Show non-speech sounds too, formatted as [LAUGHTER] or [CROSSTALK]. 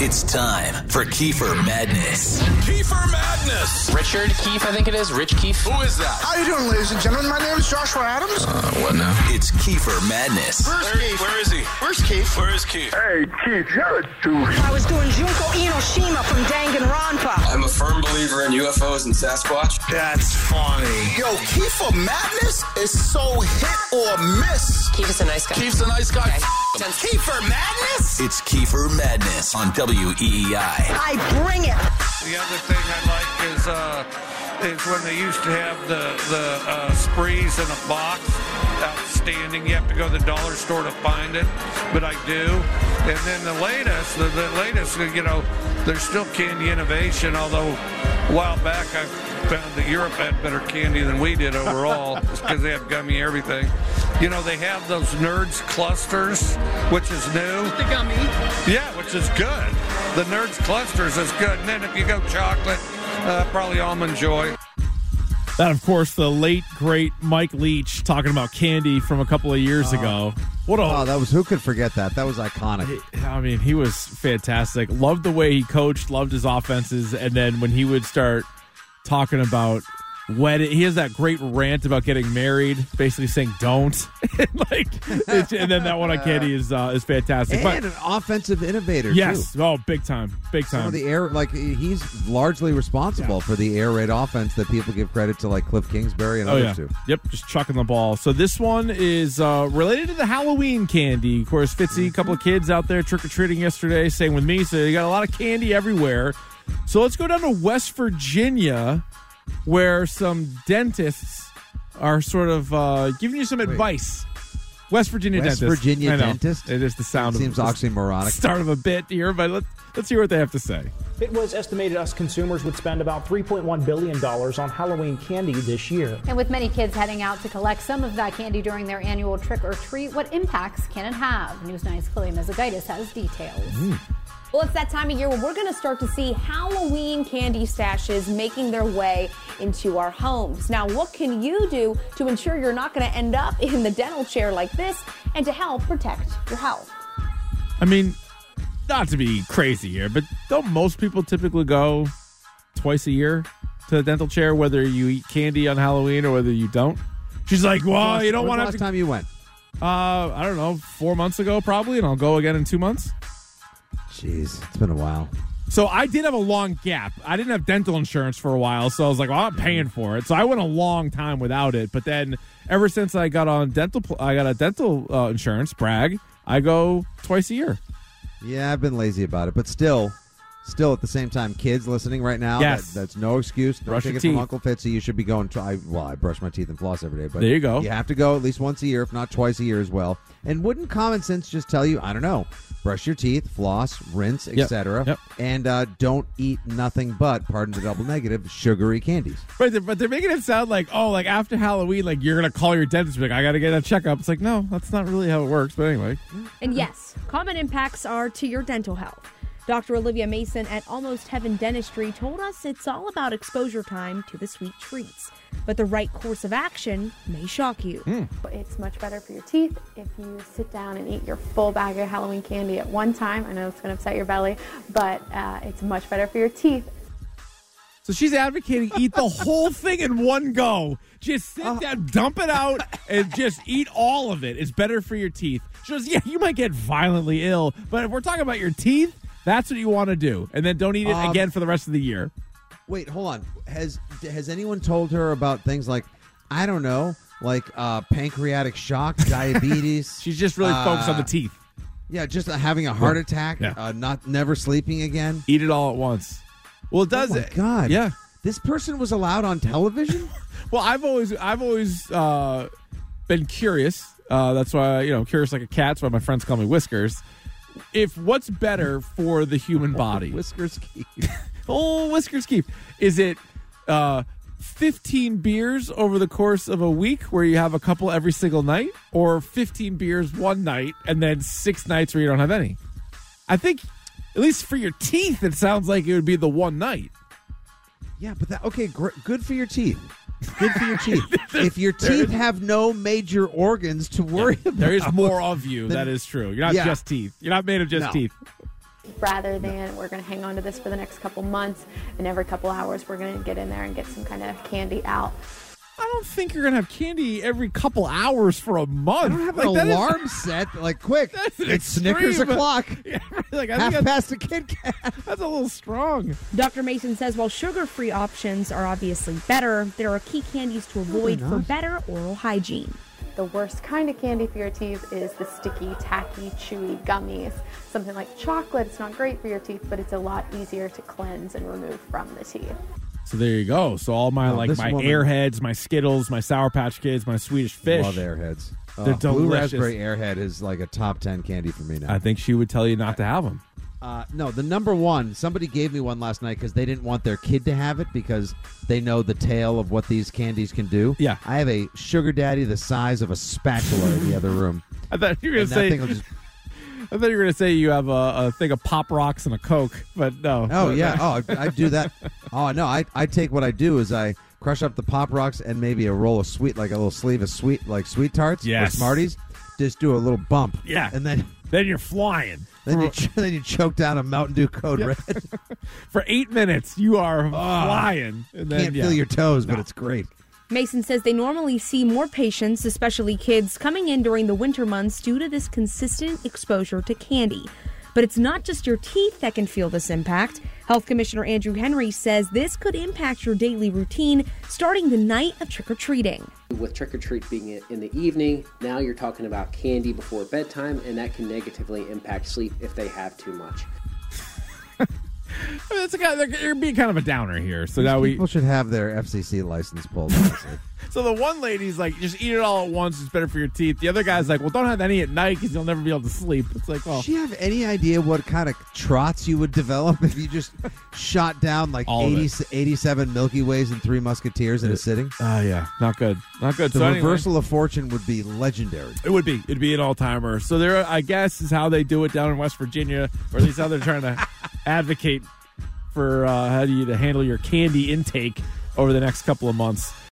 It's time for Kiefer Madness. Uh, Kiefer Madness. Richard Keefe, I think it is. Rich Keefe. Who is that? How you doing, ladies and gentlemen? My name is Joshua Adams. What now? It's Kiefer Madness Where's Keith? where is he? Where's Keith? Where is Keith? Hey, Keith, you're a douche. I was doing Junko Inoshima from Danganronpa. I'm a firm believer in UFOs and Sasquatch. That's funny. Yo, Kiefer Madness is so hit or miss. Keith is a nice guy. Keith's a nice guy. Kiefer Madness? It's Kiefer Madness on E WEEI. I bring it. The other thing I like is uh, is when they used to have the the uh, sprees in a box. Outstanding. You have to go to the dollar store to find it, but I do. And then the latest, the, the latest, you know, there's still candy innovation. Although a while back I found that Europe had better candy than we did overall because they have gummy everything. You know, they have those nerds clusters, which is new. Yeah, which is good. The Nerds Clusters is good. And then if you go chocolate, uh, probably Almond Joy. That, of course, the late great Mike Leach talking about candy from a couple of years ago. What a Uh, Oh, that was who could forget that? That was iconic. I mean, he was fantastic. Loved the way he coached, loved his offenses, and then when he would start talking about wedding, he has that great rant about getting married, basically saying "don't," [LAUGHS] and like, it's, and then that one on candy is uh, is fantastic. and an offensive innovator. but yes, too. oh, big time, big Some time. of the air, like he's largely responsible for the air raid offense that people give credit to, like Cliff Kingsbury and Oh others yeah. too. Yep, just chucking the ball. So this one is uh, related to the Halloween candy. Of course, Fitzy, a couple of kids out there trick or treating yesterday, same with me. So you got a lot of candy everywhere. So let's go down to West Virginia, where some dentists are sort of uh, giving you some advice. West Virginia West dentist. Virginia I know. dentist? It is the sound. Seems of, oxymoronic. Start of a bit here, but let's let's hear what they have to say. It was estimated us consumers would spend about $3.1 billion on Halloween candy this year. And with many kids heading out to collect some of that candy during their annual trick or treat, what impacts can it have? News 9's Chloe Mezagaitis has details. Well, it's that time of year where we're going to start to see Halloween candy stashes making their way into our homes. Now, what can you do to ensure you're not going to end up in the dental chair like this and to help protect your health? I mean, not to be crazy here, but don't most people typically go twice a year to the dental chair, whether you eat candy on Halloween or whether you don't? She's like, well, you don't When's want to have to. the last time you went. Uh, I don't know, four months ago probably, and I'll go again in two months. Jeez, it's been a while. So I did have a long gap. I didn't have dental insurance for a while, so I was like, well, I'm paying for it. So I went a long time without it. But then ever since I got on dental, pl- I got a dental uh, insurance, brag, I go twice a year. Yeah, I've been lazy about it, but still, still at the same time, kids listening right now, Yes. that, that's no excuse. Don't Brush take your it from teeth. Uncle Fitzy. You should be going. To, I, well, I brush my teeth and floss every day, but There you go. You have to go at least once a year, if not twice a year as well. And wouldn't common sense just tell you, I don't know, brush your teeth, floss, rinse, etc., Yep. and uh, don't eat nothing but, pardon the double negative, sugary candies. Right, they're- but they're making it sound like, oh, like after Halloween, like you're gonna call your dentist, and be like I gotta get a checkup. It's like, no, that's not really how it works. But anyway, And yes, common impacts are to your dental health. Dr. Olivia Mason at Almost Heaven Dentistry told us it's all about exposure time to the sweet treats, but the right course of action may shock you. It's much better for your teeth if you sit down and eat your full bag of Halloween candy at one time. I know it's going to upset your belly, but uh, it's much better for your teeth. so she's advocating eat the whole thing in one go. Just sit down, dump it out, and just eat all of it. It's better for your teeth. She goes, yeah, you might get violently ill, but if we're talking about your teeth, that's what you want to do, and then don't eat it Um, again for the rest of the year. Wait, hold on. Has has anyone told her about things like, I don't know, like uh, pancreatic [LAUGHS] shock, diabetes? She's just really focused on the uh, teeth. Yeah, just uh, having a heart attack, Yeah. uh, not never sleeping again. Eat it all at once. Well, it does oh my it? God, Yeah. this person was allowed on television. Well, I've always I've always uh, been curious. Uh, that's why you know curious like a cat. That's why my friends call me Whiskers. If what's better for the human body? [LAUGHS] Whiskers keep. oh, Whiskers keep. Is it uh, fifteen beers over the course of a week, where you have a couple every single night, or fifteen beers one night and then six nights where you don't have any? I think, at least for your teeth, it sounds like it would be the one night. Yeah, but that okay. Gr- good for your teeth. Good for your [LAUGHS] teeth. if your teeth have no major organs to worry about, There is more of you. Then- that is true. You're not Yeah. just teeth. You're not made of just No. teeth. rather than we're going to hang on to this for the next couple months and every couple hours we're going to get in there and get some kind of candy out. I don't think you're gonna have candy every couple hours for a month. I don't have an [LAUGHS] alarm [LAUGHS] set. Like, quick, that's an it's Snickers extreme. o'clock. [LAUGHS] Yeah, like I Half think past a Kit Kat. That's a little strong. Dr. Mason says while sugar free options are obviously better, there are key candies to avoid for not. better oral hygiene. The worst kind of candy for your teeth is the sticky, tacky, chewy gummies. Something like chocolate, it's not great for your teeth, but it's a lot easier to cleanse and remove from the teeth. So there you go. So all my Oh, like this my woman- Airheads, my Skittles, my Sour Patch Kids, my Swedish Fish. Love Airheads. They're Uh, Blue delicious. Raspberry Airhead is like a top 10 candy for me now. I think she would tell you not to have them. Uh, no, the number one, somebody gave me one last night because they didn't want their kid to have it because they know the tale of what these candies can do. Yeah. I have a sugar daddy the size of a spatula in the other room. [LAUGHS] I thought you were And gonna that say. thing will just- I thought you were gonna say you have a, a thing of Pop Rocks and a Coke, but uh, no. Oh, yeah. Oh, I, I [LAUGHS] do that. Oh, no, I, I take what I do is I crush up the Pop Rocks and maybe a roll of sweet, like a little sleeve of sweet, like sweet tarts Yes. or Smarties. Just do a little bump. Yeah. And then then you're flying. Then you, ch- then you choke down a Mountain Dew Code Red. [LAUGHS] For eight minutes, you are flying. And then, Ah. Can't yeah. feel your toes, but it's great. Mason says they normally see more patients, especially kids, coming in during the winter months due to this consistent exposure to candy. But it's not just your teeth that can feel this impact. Health Commissioner Andrew Henry says this could impact your daily routine starting the night of trick or treating. With trick or treat being i- in the evening, now you're talking about candy before bedtime, and that can negatively impact sleep if they have too much. I mean, it's a kind of, you're being kind of a downer here. So These now we. people should have their FCC license pulled. honestly. [LAUGHS] So the one lady's like, just eat it all at once. It's better for your teeth. The other guy's like, well, don't have any at night because you'll never be able to sleep. It's like, oh, well, Do you have any idea what kind of trots you would develop if you just shot down like All of 80, 87 Milky Ways and Three Musketeers in a sitting? Oh, yeah. Not good. Not good. The So anyway- reversal of fortune would be legendary. It would be. It'd be an all timer. So there, I guess, is how they do it down in West Virginia, or at least how they're trying to advocate for uh, how do you to handle your candy intake over the next couple of months.